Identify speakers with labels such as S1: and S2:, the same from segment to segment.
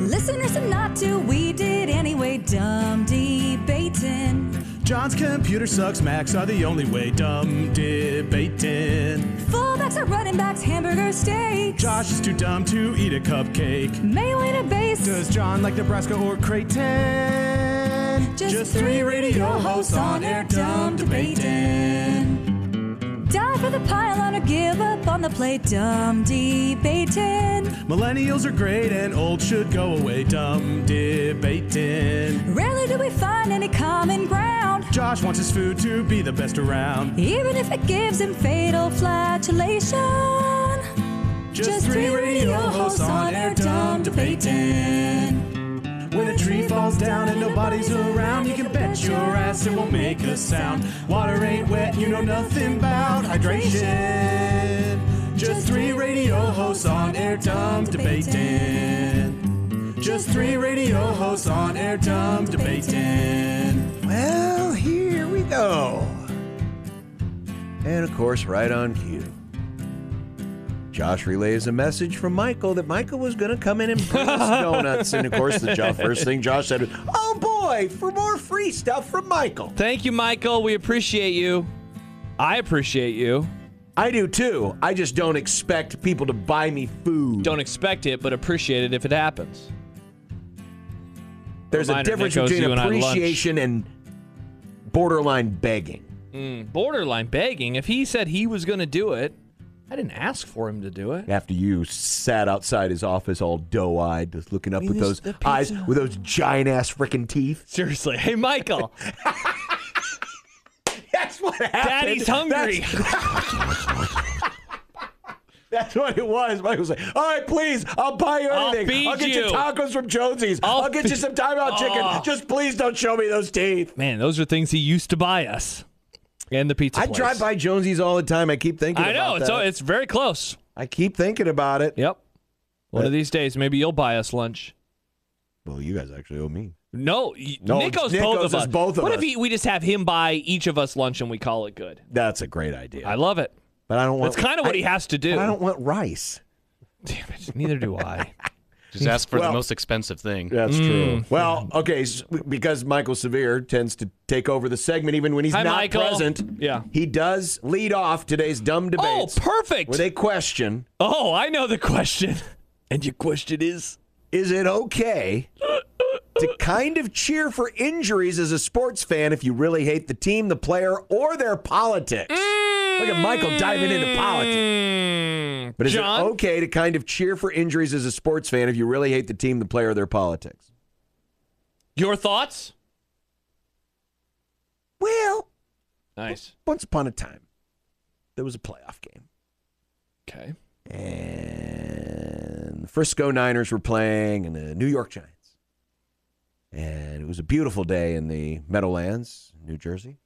S1: Listen or some not to, we did anyway, dumb debating.
S2: John's computer sucks. Macs are the only way. Dumb debating.
S1: Fullbacks are running backs, hamburger steaks.
S2: Josh is too dumb to eat a cupcake.
S1: May win a base.
S2: Does John like Nebraska or Creighton?
S1: Just three radio hosts on air, dumb debating. Die for the pylon or give up on the play, dumb debating.
S2: Millennials are great and old should go away. Dumb debating.
S1: Rarely do we find any common ground.
S2: Josh wants his food to be the best around.
S1: Even if it gives him fatal flagellation.
S2: Just, three radio hosts on air, dumb debating. When a tree falls down and nobody's around, you can bet your ass it won't make a sound. Water ain't wet, you know nothing about hydration. Just three radio hosts on air, dumb debating. Just three radio hosts on air, dumb debating.
S3: Well, here we go. And of course, right on cue. Josh relays a message from Michael that Michael was going to come in and bring us donuts. And of course, the jo- first thing Josh said, was, "Oh boy, for more free stuff from Michael."
S4: Thank you, Michael. We appreciate you. I appreciate you.
S3: I do too. I just don't expect people to buy me food.
S4: Don't expect it, but appreciate it if it happens.
S3: There's a
S4: Reminder,
S3: difference
S4: Nick owes
S3: between
S4: you and I lunch.
S3: appreciation and borderline begging.
S4: Borderline begging. If he said he was going to do it, I didn't ask for him to do it.
S3: After you sat outside his office all doe-eyed, just looking up
S4: mean,
S3: with
S4: this-
S3: those
S4: the pizza-
S3: eyes, with those giant ass freaking teeth.
S4: Seriously. Hey, Michael,
S3: That's what happened.
S4: daddy's hungry.
S3: That's, that's what it was. Michael was like, "All right, please, I'll buy you
S4: I'll
S3: anything.
S4: feed
S3: get you.
S4: you."
S3: tacos from Jonesy's. I'll,
S4: I'll
S3: get you
S4: feed-
S3: some timeout chicken.
S4: Oh.
S3: Just please don't show me those teeth."
S4: Man, those are things he used to buy us. And the pizza.
S3: I
S4: place.
S3: drive by Jonesy's all the time. I keep thinking.
S4: I
S3: about
S4: know. It's,
S3: that.
S4: it's very close.
S3: I keep thinking about it.
S4: Yep. One
S3: But-
S4: of these days, maybe you'll buy us lunch.
S3: Well, you guys actually owe me.
S4: No, y-
S3: No,
S4: Nico's
S3: Nick
S4: both
S3: owes
S4: of
S3: us
S4: us.
S3: both of
S4: what if
S3: us.
S4: he, we just have him buy each of us lunch and we call it good?
S3: That's a great idea.
S4: I love it.
S3: but I don't want.
S4: That's kind of what he has to do.
S3: but I don't want rice.
S4: Damn it. Neither do I.
S5: Just ask for
S3: Well-
S5: the most expensive thing.
S3: That's true.
S4: Mm.
S3: Well, okay, s because Michael Severe tends to take over the segment even when he's
S4: Hi,
S3: not
S4: Michael.
S3: present.
S4: Yeah.
S3: He does lead off today's dumb
S4: oh,
S3: debates
S4: perfect.
S3: with a question.
S4: oh, I know the question. And your question is?
S3: Is it okay to kind of cheer for injuries as a sports fan if you really hate the team, the player, or their politics? Look at Michael diving into politics.
S4: Mm,
S3: But is
S4: John?
S3: it okay to kind of cheer for injuries as a sports fan if you really hate the team, the player, or their politics?
S4: Your thoughts?
S3: Well,
S4: Nice.
S3: once upon a time, there was a playoff game.
S4: Okay.
S3: and the Frisco Niners were playing and the New York Giants. And it was a beautiful day in the Meadowlands, New Jersey.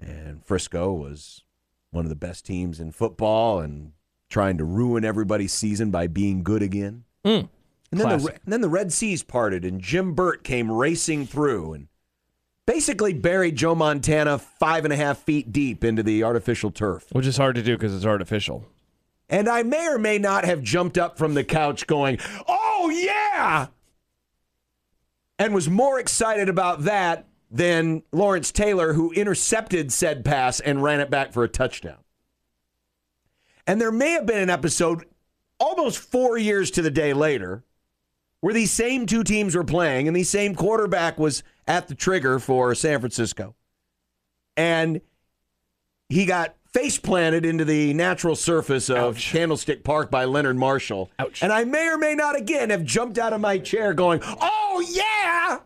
S3: And Frisco was one of the best teams in football and trying to ruin everybody's season by being good again.
S4: Mm.
S3: And then, the,
S4: Classic.
S3: Re- and then the Red Seas parted, and Jim Burt came racing through and basically buried Joe Montana five and a half feet deep into the artificial turf.
S4: Which is hard to do because it's artificial.
S3: And I may or may not have jumped up from the couch going, oh, yeah! And was more excited about that than Lawrence Taylor, who intercepted said pass and ran it back for a touchdown. And there may have been an episode almost four years to the day later where these same two teams were playing and the same quarterback was at the trigger for San Francisco. And he got face planted into the natural surface of
S4: Ouch.
S3: Candlestick Park by Leonard Marshall.
S4: Ouch.
S3: And I may or may not again have jumped out of my chair going, oh, yeah.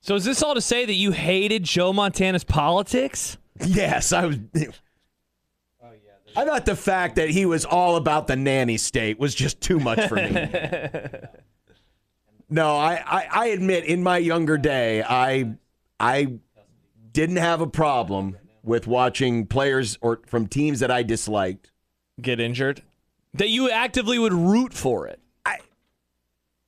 S4: So is this all to say that you hated Joe Montana's politics?
S3: Yes, I was. I thought the fact that he was all about the nanny state was just too much for me. no, I, I, I admit in my younger day, I I didn't have a problem with watching players or from teams that I disliked.
S4: Get injured. That you actively would root for it.
S3: I-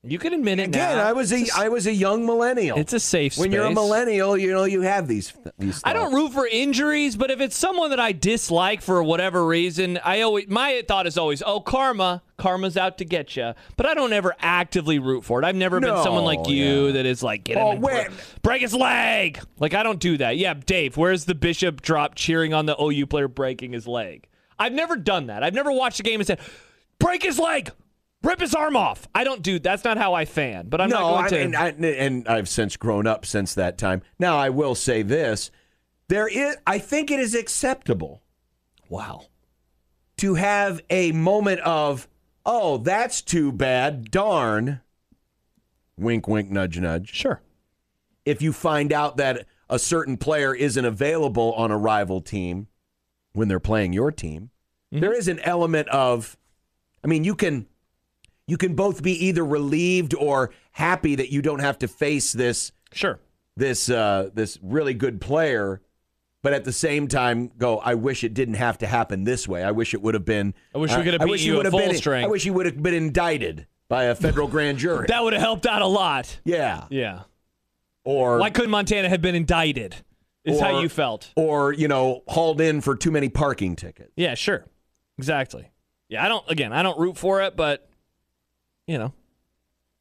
S4: you can admit it
S3: Again,
S4: now.
S3: I was a I was a young millennial.
S4: It's a safe
S3: when you're a
S4: space.
S3: millennial, you know you have these. these
S4: I don't
S3: thoughts.
S4: root for injuries, but if it's someone that I dislike for whatever reason, I always my thought is always, "Oh, karma, karma's out to get you." But I don't ever actively root for it. I've never been someone like
S3: No,
S4: you that is like, "Get him
S3: Oh,
S4: and break-
S3: wait.
S4: break his leg." Like I don't do that. Yeah, Dave, where's the bishop drop cheering on the OU player breaking his leg? I've never done that. I've never watched a game and said, "Break his leg." Rip his arm off. I don't do. That's not how I fan. But I'm
S3: no,
S4: not going to.
S3: I mean, I, and I've since grown up since that time. Now I will say this: there is, I think it is acceptable
S4: wow.
S3: to have a moment of, oh, that's too bad, darn. Wink, wink, nudge, nudge.
S4: Sure.
S3: If you find out that a certain player isn't available on a rival team when they're playing your team,
S4: Mm-hmm.
S3: there is an element of, I mean, you can. You can both be either relieved or happy that you don't have to face this
S4: Sure.
S3: this uh, this really good player, but at the same time, go. I wish it didn't have to happen this way. I wish it would have been. uh,
S4: I wish we could have
S3: I
S4: beat
S3: wish
S4: you at
S3: would have
S4: full
S3: been,
S4: strength.
S3: I wish you would have been indicted by a federal grand jury.
S4: That would have helped out a lot.
S3: yeah,
S4: Yeah.
S3: or
S4: Why couldn't Montana have been indicted? Is how
S3: Or-
S4: you felt.
S3: or you know, hauled in for too many parking tickets.
S4: Yeah, sure. Exactly. Yeah, I don't again, I don't root for it, but you know,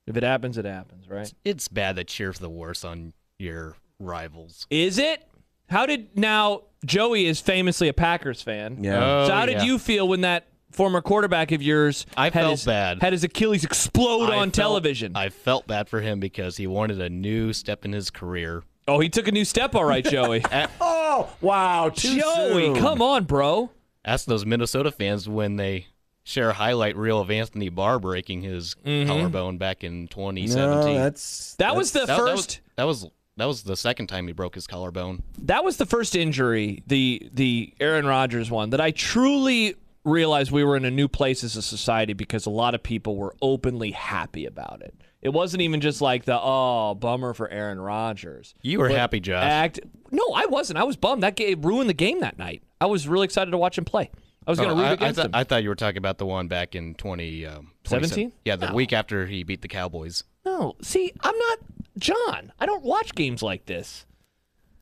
S4: if it happens, it happens, right?
S5: It's bad to cheer for the worse on your rivals.
S4: Is it? How did now Joey is famously a Packers fan.
S3: Yeah.
S5: Oh,
S4: so how did
S5: yeah.
S4: you feel when that former quarterback of yours
S5: I
S4: had
S5: felt
S4: his,
S5: bad.
S4: had his Achilles explode
S5: I
S4: on
S5: felt-
S4: television?
S5: I felt bad for him because he wanted a new step in his career.
S4: oh, he took a new step all right, Joey.
S3: Oh wow, too
S4: Joey,
S3: soon.
S4: come on, bro.
S5: Ask those Minnesota fans when they share a highlight reel of Anthony Barr breaking his collarbone back in 2017.
S3: No, that's
S4: That was the
S5: That- that was-
S4: first
S5: That was, that was the second time he broke his collarbone.
S4: that was the first injury, the the Aaron Rodgers one, that I truly realized we were in a new place as a society because a lot of people were openly happy about it. It wasn't even just like the oh bummer for Aaron Rodgers.
S5: You were happy, Josh.
S4: Act no, I wasn't. I was bummed. That game ruined the game that night. I was really excited to watch him play. I was going
S5: Oh,
S4: to root
S5: I, I
S4: against
S5: thought-
S4: him.
S5: I thought you were talking about the one back in 20, um,
S4: 17?
S5: Yeah, the
S4: No.
S5: week after he beat the Cowboys.
S4: No, see, I'm not John. I don't watch games like this.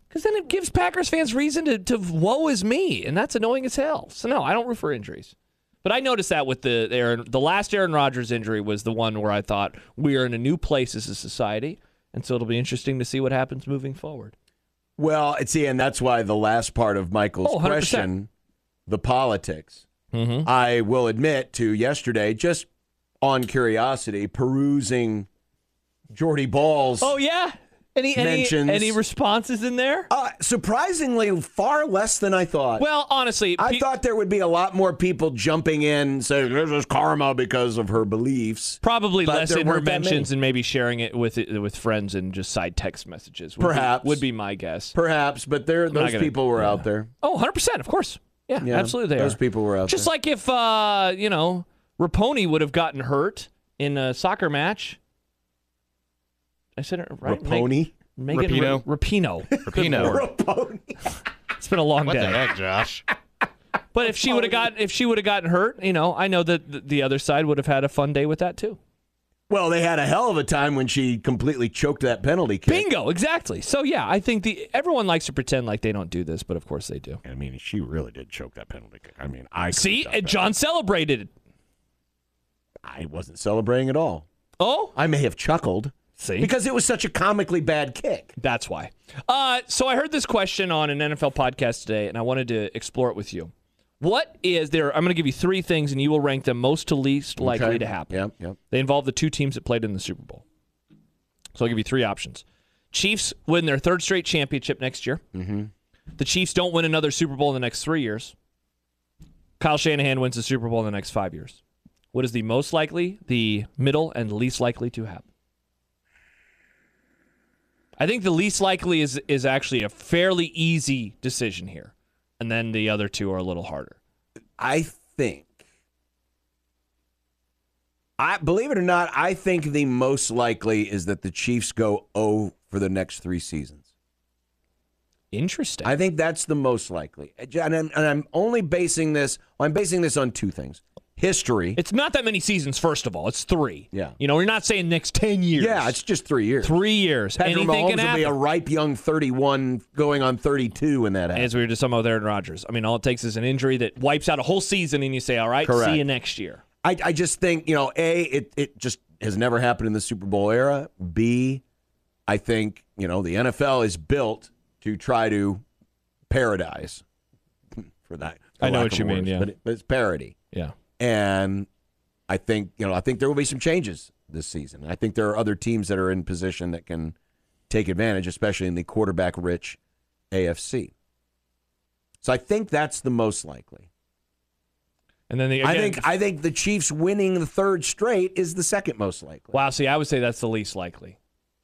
S4: Because then it gives Packers fans reason to, to woe is me, and that's annoying as hell. So no, I don't root for injuries. But I noticed that with the Aaron, the last Aaron Rodgers injury was the one where I thought we are in a new place as a society, and so it'll be interesting to see what happens moving forward.
S3: well. It's see, and that's why the last part of Michael's
S4: Oh, Mm-hmm. 100%.
S3: question, the politics. I will admit to yesterday, just on curiosity, perusing Jordy Ball's.
S4: Oh yeah, any any,
S3: Mentions.
S4: any responses in there?
S3: Uh, surprisingly, far less than I thought.
S4: Well, honestly,
S3: I
S4: pe-
S3: thought there would be a lot more people jumping in saying this is karma because of her beliefs.
S4: probably
S3: but
S4: less
S3: there weren't that
S4: interventions
S3: many.
S4: and maybe sharing it with with friends and just side text messages. would be-
S3: Perhaps.
S4: would be my guess.
S3: Perhaps, but there
S4: not
S3: those
S4: gonna-
S3: people were out there.
S4: Oh, 100%, of course. Yeah,
S3: Yeah,
S4: absolutely they
S3: Those
S4: are.
S3: people were out
S4: Just
S3: there.
S4: like if, uh, you know, Raponi would have gotten hurt in a soccer match. I said it right.
S3: Raponi?
S4: Meg- Megan
S5: Rapinoe?
S4: Ra- Rapino.
S5: Rapino.
S4: It's been a long
S5: What the
S4: day.
S5: heck, Josh?
S4: But if she would have got if she would have gotten hurt, you know, I know that th- the other side would have had a fun day with that too.
S3: Well, they had a hell of a time when she completely choked that penalty kick.
S4: Bingo, exactly. So yeah, I think the everyone likes to pretend like they don't do this, but of course they do.
S6: I mean, she really did choke that penalty kick. I mean, I could've
S4: See,
S6: done
S4: and
S6: better.
S4: John celebrated. it.
S3: I wasn't celebrating at all.
S4: Oh,
S3: I may have chuckled
S4: see.
S3: because it was such a comically bad kick.
S4: That's why. Uh, so I heard this question on an NFL podcast today, and I wanted to explore it with you. What is there? I'm going to give you three things, and you will rank them most to least likely
S3: Okay.
S4: to happen.
S3: Yep, yep.
S4: They involve the two teams that played in the Super Bowl. So I'll give you three options. Chiefs win their third straight championship next year. Mm-hmm. The Chiefs don't win another Super Bowl in the next three years. Kyle Shanahan wins the Super Bowl in the next five years. What is the most likely, the middle, and least likely to happen? I think the least likely is is actually a fairly easy decision here, and then the other two are a little harder.
S3: I think I believe it or not, I think the most likely is that the Chiefs go 0 for the next 3 seasons.
S4: Interesting.
S3: I think that's the most likely. And I'm, and I'm only basing this well, I'm basing this on two things. History.
S4: It's not that many seasons, first of all. It's three.
S3: Yeah.
S4: You know, we're not saying next 10 years.
S3: Yeah, it's just 3 years.
S4: three years.
S3: Patrick
S4: Anything
S3: Mahomes
S4: can
S3: will be a
S4: happen.
S3: ripe young 31 going on 32 when that happens.
S4: As we were just talking about with Aaron Rodgers. I mean, all it takes is an injury that wipes out a whole season, and you say, all right,
S3: Correct.
S4: see you next year.
S3: I, I just think, you know, A, it, it just has never happened in the Super Bowl era. B, I think, you know, the NFL is built to try to paradise for that. for
S4: I know
S3: lack
S4: what
S3: of
S4: you mean,
S3: words,
S4: yeah.
S3: But, it- but it's parody.
S4: Yeah.
S3: And I think, you know, I think there will be some changes this season. I think there are other teams that are in position that can take advantage, especially in the quarterback rich AFC. So I think that's the most likely.
S4: And then the,
S3: I
S4: again-
S3: think I think the Chiefs winning the third straight is the second most likely.
S4: Wow, see, I would say that's the least likely.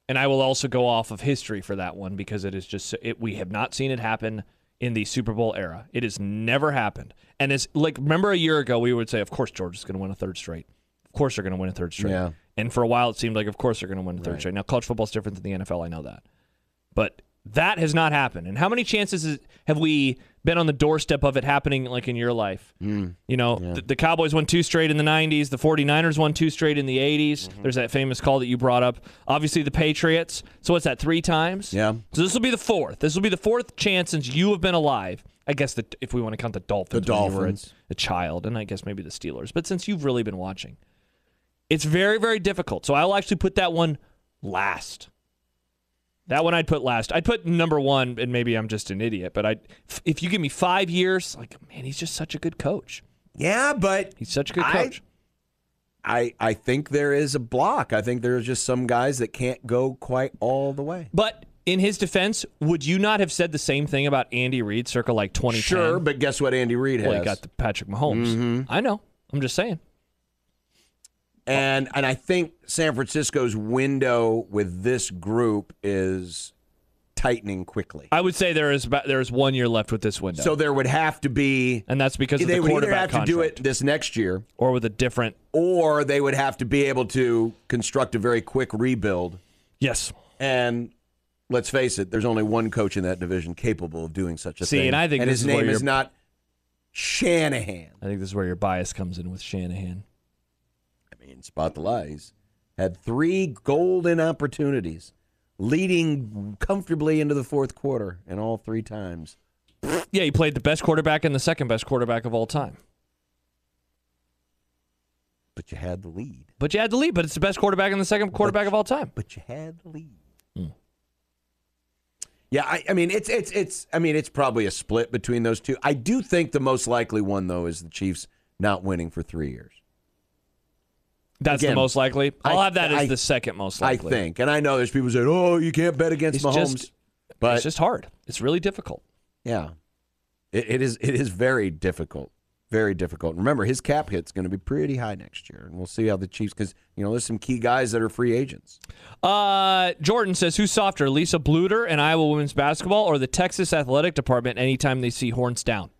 S4: And I will also go off of history for that one because it is just it, we have not seen it happen in the Super Bowl era. It has never happened. And it's like remember a year ago we would say of course Georgia's going to win a third straight. Of course they're going to win a third straight.
S3: Yeah.
S4: And for a while it seemed like of course they're going to win a third straight. Now college football's different than the NFL, I know that. But that has not happened. And how many chances is, have we been on the doorstep of it happening like in your life? You know, th- the, Cowboys won two straight in the 90s. The 49ers won two straight in the 80s. There's that famous call that you brought up. Obviously, the Patriots. So, what's that, three times?
S3: Yeah.
S4: So, this will be the fourth. This will be the fourth chance since you have been alive. I guess that if we want to count the Dolphins,
S3: The
S4: when you were a-
S3: Dolphins.
S4: a child, and I guess maybe the Steelers. But since you've really been watching, it's very, very difficult. So, I'll actually put that one last. That one I'd put last. I'd put number one, and maybe I'm just an idiot, but I, if you give me five years, like man, he's just such a good coach.
S3: Yeah, but
S4: He's such a good
S3: I-
S4: coach.
S3: I I think there is a block. I think there's just some guys that can't go quite all the way.
S4: But in his defense, would you not have said the same thing about Andy Reid circa like 2010?
S3: Sure, but guess what Andy Reid has? Mm-hmm.
S4: well, he got the Patrick Mahomes. I know. I'm just saying.
S3: and and I think San Francisco's window with this group is tightening quickly.
S4: I would say there is about, there is one year left with this window,
S3: So there would have to be
S4: and that's because of
S3: they
S4: the
S3: would either
S4: quarterback
S3: have to do
S4: contract.
S3: it this next year
S4: or with a different.
S3: or they would have to be able to construct a very quick rebuild.
S4: Yes.
S3: And let's face it, there's only one coach in that division capable of doing such a
S4: See,
S3: thing.
S4: and I think this
S3: his
S4: is where
S3: name
S4: you're-
S3: is not Shanahan.
S4: I think this is where your bias comes in with Shanahan.
S3: I mean, spot the lies. Had three golden opportunities, leading comfortably into the fourth quarter, and all three times.
S4: Yeah, he played the best quarterback and the second best quarterback of all time.
S3: But you had the lead.
S4: But you had to lead. But it's the best quarterback and the second quarterback of all time. Hmm.
S3: But you had the lead. Yeah, I, I mean it's it's it's I mean it's probably a split between those two. I do think the most likely one though is the Chiefs not winning for three years.
S4: That's
S3: Again,
S4: the most likely.
S3: I-
S4: I'll have that as
S3: I-
S4: the second most
S3: I
S4: likely.
S3: think. And I know there's people saying, "Oh, you can't bet against
S4: It's
S3: Mahomes,"
S4: just-
S3: but
S4: it's just hard. It's really difficult.
S3: yeah, it, it is it is very difficult, very difficult. And Remember, his cap hit's going to be pretty high next year, and we'll see how the Chiefs because you know there's some key guys that are free agents.
S4: Uh, Jordan says, "Who's softer, Lisa Bluter and Iowa women's basketball, or the Texas athletic department? Anytime they see horns down,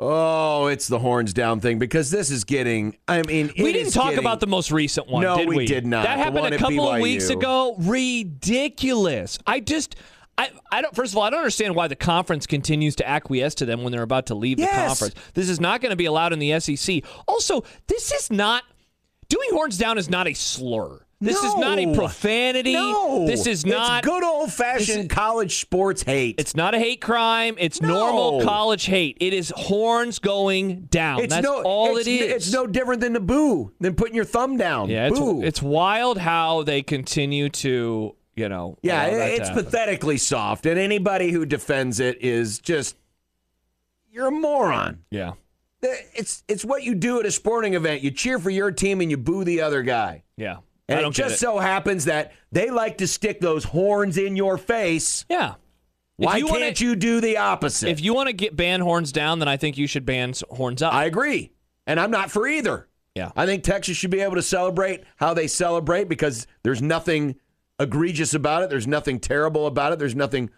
S3: Oh, it's the horns down thing because this is getting. I mean,
S4: we
S3: it
S4: didn't
S3: is
S4: talk
S3: getting-
S4: about the most recent one.
S3: No,
S4: did
S3: we
S4: we,
S3: did not.
S4: That
S3: The
S4: happened
S3: one
S4: a
S3: at
S4: couple of weeks
S3: BYU.
S4: ago. Ridiculous. I just." I, I don't. First of all, I don't understand why the conference continues to acquiesce to them when they're about to leave
S3: Yes.
S4: the conference. This is not going to be allowed in the SEC. Also, this is not doing horns down is not a slur. This is not a
S3: No.
S4: profanity.
S3: No,
S4: this is not
S3: it's good old
S4: this is-
S3: fashioned college sports hate.
S4: It's not a hate crime. It's normal
S3: No.
S4: college hate. It is horns going down. That's all
S3: it's,
S4: it is.
S3: It's no different than the boo, than putting your thumb down.
S4: yeah, it's,
S3: boo.
S4: it's wild how they continue to, you know.
S3: Yeah,
S4: allow that
S3: it,
S4: to
S3: it's
S4: happen.
S3: pathetically soft, and anybody who defends it is just you're a moron.
S4: Yeah.
S3: It's it's what you do at a sporting event. You cheer for your team and you boo the other guy.
S4: Yeah.
S3: And
S4: I
S3: it
S4: don't get
S3: just
S4: it.
S3: so happens that they like to stick those horns in your face.
S4: Yeah.
S3: Why
S4: if you
S3: can't
S4: wanna,
S3: you do the opposite?
S4: If you want to get ban horns down, then I think you should ban s- horns up.
S3: I agree, and I'm not for either.
S4: yeah.
S3: I think Texas should be able to celebrate how they celebrate because there's nothing egregious about it. There's nothing terrible about it. There's nothing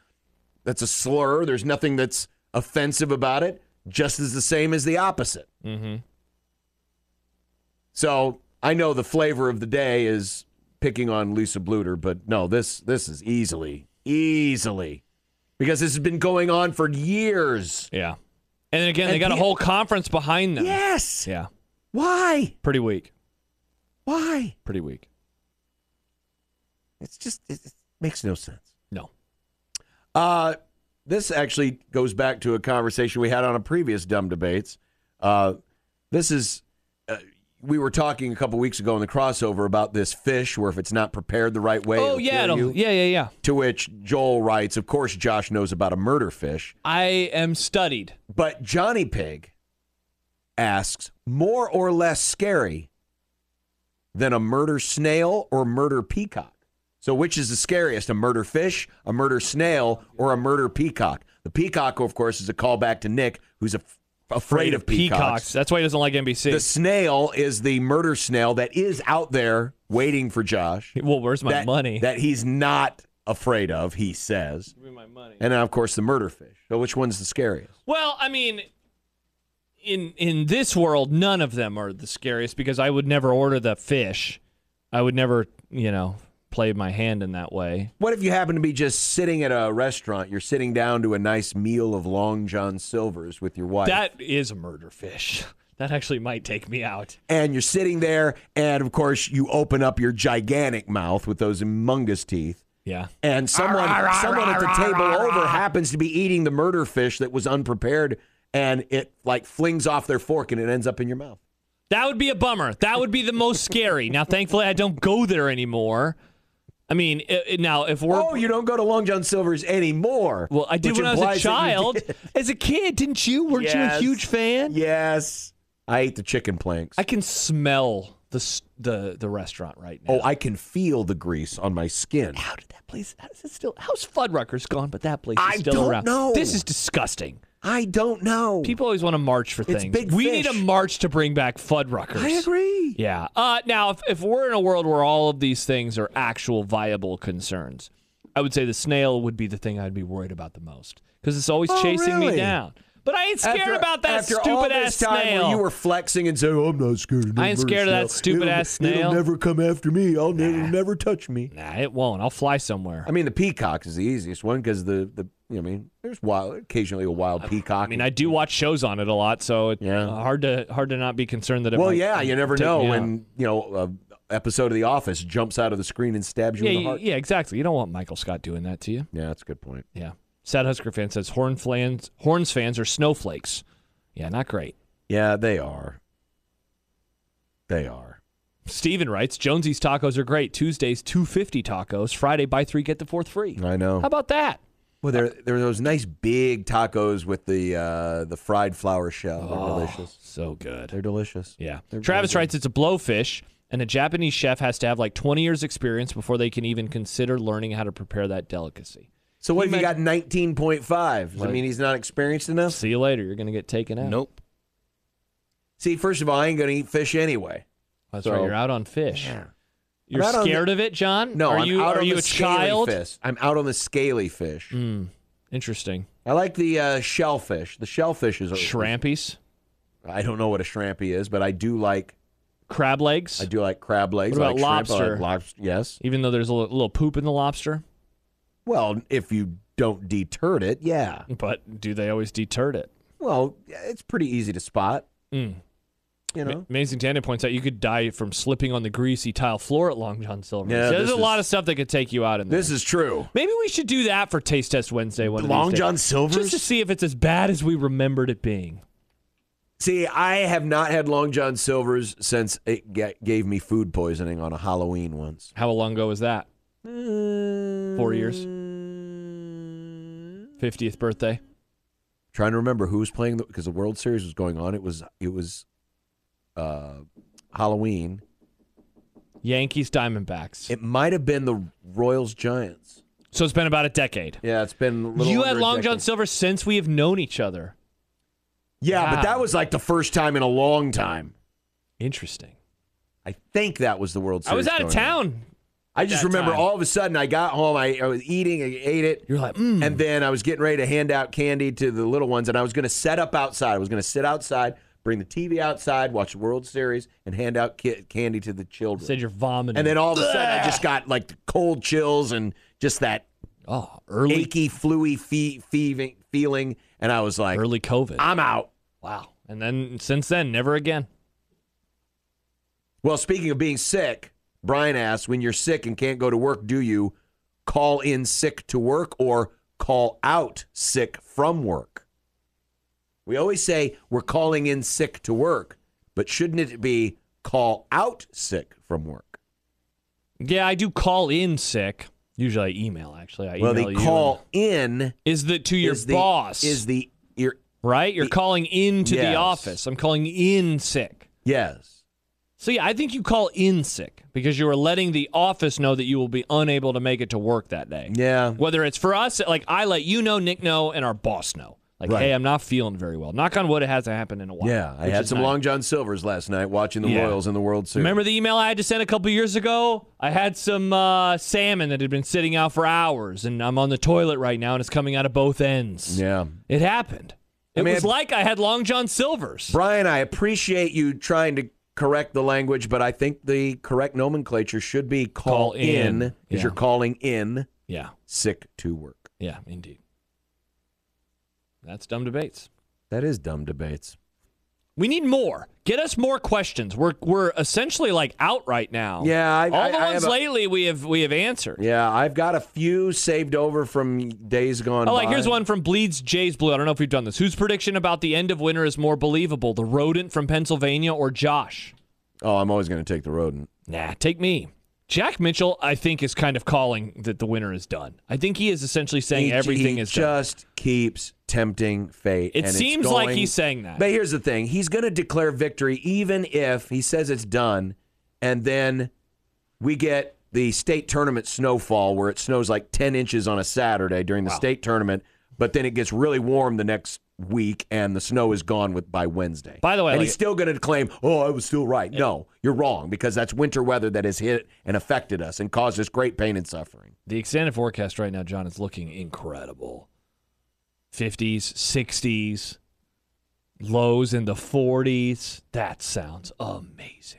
S3: that's a slur. There's nothing that's offensive about it. just as the same as the opposite. Mm-hmm. So I know the flavor of the day is picking on Lisa Bluter, but no, this this is easily, easily, because this has been going on for years.
S4: Yeah. And again, they
S3: And
S4: got a
S3: the-
S4: whole conference behind them.
S3: Yes.
S4: Yeah.
S3: Why?
S4: Pretty weak.
S3: Why?
S4: Pretty weak.
S3: It's just it, it makes no sense.
S4: No.
S3: Uh, this actually goes back to a conversation we had on a previous dumb debates. Uh, this is uh, we were talking a couple weeks ago in the crossover about this fish, where if it's not prepared the right way,
S4: Oh
S3: it'll
S4: yeah,
S3: kill you.
S4: it'll- yeah, yeah, yeah.
S3: To which Joel writes, "Of course, Josh knows about a murder fish,
S4: I am studied.
S3: but Johnny Pig asks, more or less scary than a murder snail or murder peacock. So, which is the scariest, a murder fish, a murder snail, or a murder peacock? The peacock, of course, is a callback to Nick, who's af- afraid of peacocks.
S4: That's why he doesn't like NBC.
S3: The snail is the murder snail that is out there waiting for Josh.
S4: well, where's my
S3: that,
S4: money?
S3: that he's not afraid of, he says.
S4: Give me my money.
S3: And then, of course, the murder fish. So, which one's the scariest?
S4: Well, I mean, in in this world, none of them are the scariest because I would never order the fish. I would never, you know, play my hand in that way.
S3: What if you happen to be just sitting at a restaurant? You're sitting down to a nice meal of Long John Silver's with your wife.
S4: That is a murder fish. That actually might take me out.
S3: and you're sitting there, and of course, you open up your gigantic mouth with those humongous teeth.
S4: Yeah.
S3: And someone, someone at the table over happens to be eating the murder fish that was unprepared, and it like flings off their fork and it ends up in your mouth.
S4: That would be a bummer. That would be the most scary. Now, thankfully, I don't go there anymore. I mean, i i- now if we're
S3: Oh, you don't go to Long John Silver's anymore.
S4: well, I did
S3: which
S4: when I was a
S3: implies that you
S4: child.
S3: did.
S4: As a kid, didn't you? Weren't you a
S3: Yes.
S4: huge fan?
S3: Yes, I ate the chicken planks.
S4: I can smell the s- the the restaurant right now.
S3: oh, I can feel the grease on my skin.
S4: How did that place? How is it still? How's Fuddruckers gone? But that place is
S3: I
S4: still
S3: don't
S4: around.
S3: know.
S4: This is disgusting.
S3: I don't know.
S4: People always want to march for
S3: It's
S4: things.
S3: big
S4: we
S3: fish.
S4: need a march to bring back Fuddruckers.
S3: I agree.
S4: Yeah. Uh, now, if, if we're in a world where all of these things are actual viable concerns, I would say the snail would be the thing I'd be worried about the most because it's always
S3: Oh,
S4: chasing me
S3: really?
S4: down. But I ain't scared about that
S3: after
S4: stupid
S3: all
S4: ass
S3: this time
S4: snail.
S3: Where you were flexing and saying, "I'm not scared of no
S4: I ain't
S3: murder
S4: scared of that
S3: snail.
S4: stupid
S3: it'll,
S4: ass snail."
S3: It'll never come after me. I'll ne- it'll never touch me."
S4: nah, it won't. I'll fly somewhere.
S3: I mean, the peacock is the easiest one because the the you know, I mean, there's wild occasionally a wild peacock.
S4: I mean, I do watch shows on it a lot, so it's
S3: Yeah.
S4: uh, hard to hard to not be concerned that it.
S3: well,
S4: might,
S3: yeah, you never
S4: take
S3: know
S4: me out.
S3: when you know a episode of The Office jumps out of the screen and stabs you
S4: Yeah,
S3: in the
S4: yeah,
S3: heart.
S4: yeah, exactly. You don't want Michael Scott doing that to you.
S3: Yeah, that's a good point.
S4: Yeah. Sad Husker fan says Horn fans, Horns fans are snowflakes. Yeah, not great.
S3: Yeah, they are. They are.
S4: Steven writes, Jonesy's tacos are great. Tuesdays, 250 tacos. Friday, buy three, get the fourth free.
S3: I know.
S4: How about that?
S3: Well, there there were those nice big tacos with the uh, the fried flour shell. They're delicious.
S4: So good.
S3: They're delicious.
S4: Oh. Yeah.
S3: They're
S4: Travis
S3: really
S4: writes, it's a blowfish, and a Japanese chef has to have like 20 years experience before they can even consider learning how to prepare that delicacy.
S3: So what
S4: He
S3: if you got 19.5? Does that
S4: Like-
S3: mean he's not experienced enough?
S4: See you later. You're going to get taken out.
S5: Nope.
S3: See, first of all, I ain't going to eat fish anyway.
S4: That's
S3: So-
S4: right. You're out on fish. You're
S3: I'm out on the-
S4: scared of it, John?
S3: No,
S4: Are
S3: I'm
S4: you
S3: out
S4: are
S3: on
S4: you
S3: the
S4: a
S3: scaly
S4: child? Hmm.
S3: fish. I'm out on the scaly fish.
S4: Interesting.
S3: I like the uh, shellfish. The shellfish is a
S4: Shrampies,
S3: I don't know what a shrampy is, but I do like
S4: crab legs.
S3: I do like crab legs.
S4: What
S3: I
S4: about
S3: like shrimp, I like
S4: lobster?
S3: lobster. Yes.
S4: Even though there's a li- little poop in the lobster,
S3: Well, if you don't deter it, yeah.
S4: but do they always deter it?
S3: Well, it's pretty easy to spot.
S4: Mm.
S3: You know.
S4: Amazing Tandem points out you could die from slipping on the greasy tile floor at Long John Silver's.
S3: Yeah,
S4: there's
S3: this
S4: a lot
S3: is-
S4: of stuff that could take you out in there.
S3: This is true.
S4: Maybe we should do that for Taste Test Wednesday one of these
S3: Long
S4: days.
S3: John Silver's?
S4: just to see if it's as bad as we remembered it being.
S3: See, I have not had Long John Silver's since it ga- gave me food poisoning on a Halloween once.
S4: How long ago was that?
S3: Uh,
S4: Four years. Fiftieth birthday.
S3: Trying to remember who was playing because the, World Series was going on. It was it was uh, Halloween.
S4: Yankees Diamondbacks.
S3: It might have been the Royals Giants.
S4: so it's been about a decade.
S3: Yeah, it's been a little.
S4: You
S3: under
S4: had
S3: a
S4: Long John
S3: decade.
S4: Silver since we have known each other.
S3: Yeah, but
S4: Wow.
S3: that was like the first time in a long time.
S4: Interesting.
S3: I think that was the World Series.
S4: I was out of
S3: going on.
S4: town
S3: I just
S4: that
S3: remember
S4: time.
S3: all of a sudden I got home, I, I was eating, I ate it.
S4: You're like, mm.
S3: And then I was getting ready to hand out candy to the little ones, and I was going to set up outside. I was going to sit outside, bring the TV outside, watch the World Series, and hand out ki- candy to the children.
S4: Said you're vomiting.
S3: and then all of a sudden, I just got like the cold chills and just that
S4: oh, early
S3: achy, fluey fe- fe- feeling. And I was like,
S4: early COVID.
S3: I'm out.
S4: wow. And then since then, never again.
S3: Well, speaking of being sick, Brian asks, when you're sick and can't go to work, do you call in sick to work or call out sick from work? We always say we're calling in sick to work, but shouldn't it be call out sick from work?
S4: Yeah, I do call in sick. Usually I email. Actually, I
S3: well,
S4: email
S3: they
S4: you.
S3: call in
S4: is the to your
S3: is the-
S4: boss
S3: is the your
S4: right? You're calling into the
S3: Yes.
S4: office. I'm calling in sick.
S3: yes.
S4: So yeah, I think you call in sick because you are letting the office know that you will be unable to make it to work that day.
S3: Yeah.
S4: Whether it's for us, like I let you know, Nick know, and our boss know. Like,
S3: Right.
S4: hey, I'm not feeling very well. Knock on wood, it hasn't happened in a while.
S3: Yeah, I
S4: which
S3: had
S4: is
S3: some
S4: nice.
S3: Long John Silvers last night watching the
S4: Yeah.
S3: Royals in the World Series.
S4: Remember the email I had to send a couple years ago? I had some uh, salmon that had been sitting out for hours, and I'm on the toilet right now, and it's coming out of both ends.
S3: Yeah.
S4: It happened. It
S3: I mean,
S4: was
S3: I-
S4: like I had Long John Silver's.
S3: Brian, I appreciate you trying to correct the language, but I think the correct nomenclature should be call,
S4: Call
S3: in,
S4: in.
S3: as
S4: Yeah.
S3: you're calling in
S4: yeah,
S3: sick to work.
S4: yeah, indeed. That's dumb debates.
S3: That is dumb debates.
S4: We need more. Get us more questions. We're we're essentially like out right now.
S3: Yeah, I-
S4: Oh. all
S3: I-
S4: the
S3: I
S4: ones
S3: have a-
S4: lately we have we have answered.
S3: Yeah, I've got a few saved over from days gone
S4: Oh, like
S3: by.
S4: here's one from Bleeds Jays Blue. I don't know if we've done this. Whose prediction about the end of winter is more believable, the rodent from Pennsylvania or Josh?
S3: Oh, I'm always going to take the rodent.
S4: Nah, take me. Jack Mitchell, I think, is kind of calling that the winter is done. I think he is essentially saying
S3: He-
S4: everything
S3: he
S4: is
S3: E
S4: done.
S3: just keeps tempting fate.
S4: It
S3: and it's
S4: seems like
S3: going-
S4: he's saying that.
S3: But here's the thing: he's going to declare victory, even if he says it's done, and then we get the state tournament snowfall, where it snows like ten inches on a Saturday during the state tournament, but then it gets really warm the next week, and the snow is gone with by Wednesday.
S4: By the way,
S3: and
S4: like-
S3: he's still going to claim, "Oh, I was still right." No, you're wrong because that's winter weather that has hit and affected us and caused us great pain and suffering.
S4: The extended forecast right now, John, is looking incredible. 50s, 60s, lows in the 40s. That sounds amazing.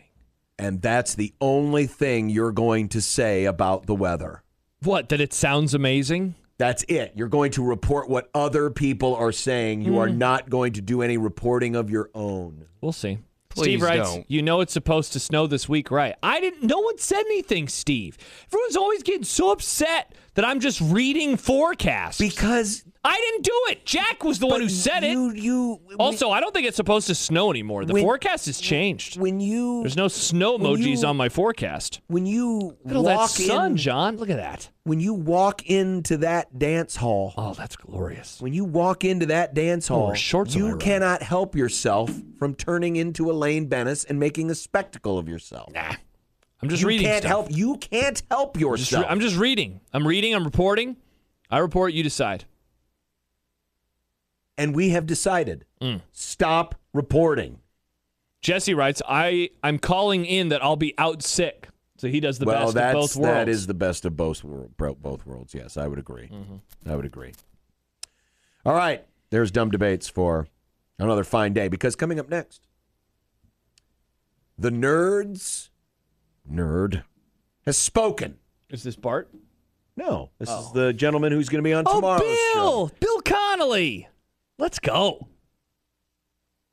S3: And that's the only thing you're going to say about the weather.
S4: What, that it sounds amazing?
S3: That's it. You're going to report what other people are saying. You are
S4: Mm.
S3: not going to do any reporting of your own.
S4: We'll see. Steve
S5: Please
S4: writes,
S5: don't.
S4: you know it's supposed to snow this week, right? I didn't, no one said anything, Steve. Everyone's always getting so upset that I'm just reading forecasts.
S3: Because
S4: I didn't do it. Jack was the one who said it.
S3: you, You,
S4: Also, I don't think it's supposed to snow anymore. The
S3: When-
S4: forecast has changed.
S3: when you
S4: There's no snow
S3: When you-
S4: emojis on my forecast.
S3: when you
S4: Look at all that
S3: walk
S4: sun,
S3: in,
S4: John. Look at that.
S3: when you walk into that dance hall,
S4: Oh, that's glorious.
S3: when you walk into that dance
S4: Oh,
S3: hall,
S4: our shorts are
S3: you
S4: right.
S3: cannot help yourself from turning into Elaine Bennis and making a spectacle of yourself. Nah,
S4: I'm just
S3: you
S4: reading
S3: can't
S4: stuff.
S3: help. You can't help
S4: I'm just, re-
S3: yourself.
S4: I'm just reading. I'm reading. I'm reporting. I report. You decide.
S3: and we have decided.
S4: Mm.
S3: Stop reporting.
S4: Jesse writes, "I I'm calling in that I'll be out sick." So he does the
S3: well,
S4: best
S3: that's,
S4: of both worlds.
S3: That is the best of both world, bro- both worlds. Yes, I would agree.
S4: Mm-hmm.
S3: I would agree. All right, there's dumb debates for another fine day because coming up next, the nerds nerd has spoken.
S4: Is this Bart?
S3: No, this is the gentleman who's going to be on
S4: Oh,
S3: tomorrow's show.
S4: Bill! Bill Connolly. Let's go.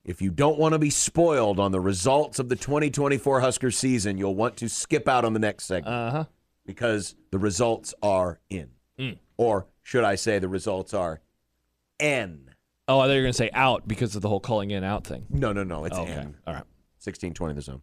S3: If you don't want to be spoiled on the results of the 2024 Husker season, you'll want to skip out on the next segment.
S4: Uh huh.
S3: because the results are in.
S4: Mm.
S3: Or should I say the results are N?
S4: Oh, I thought you were gonna say out because of the whole calling in out thing.
S3: No, no, no. It's
S4: Oh, okay.
S3: N.
S4: All right.
S3: 1620 the zone.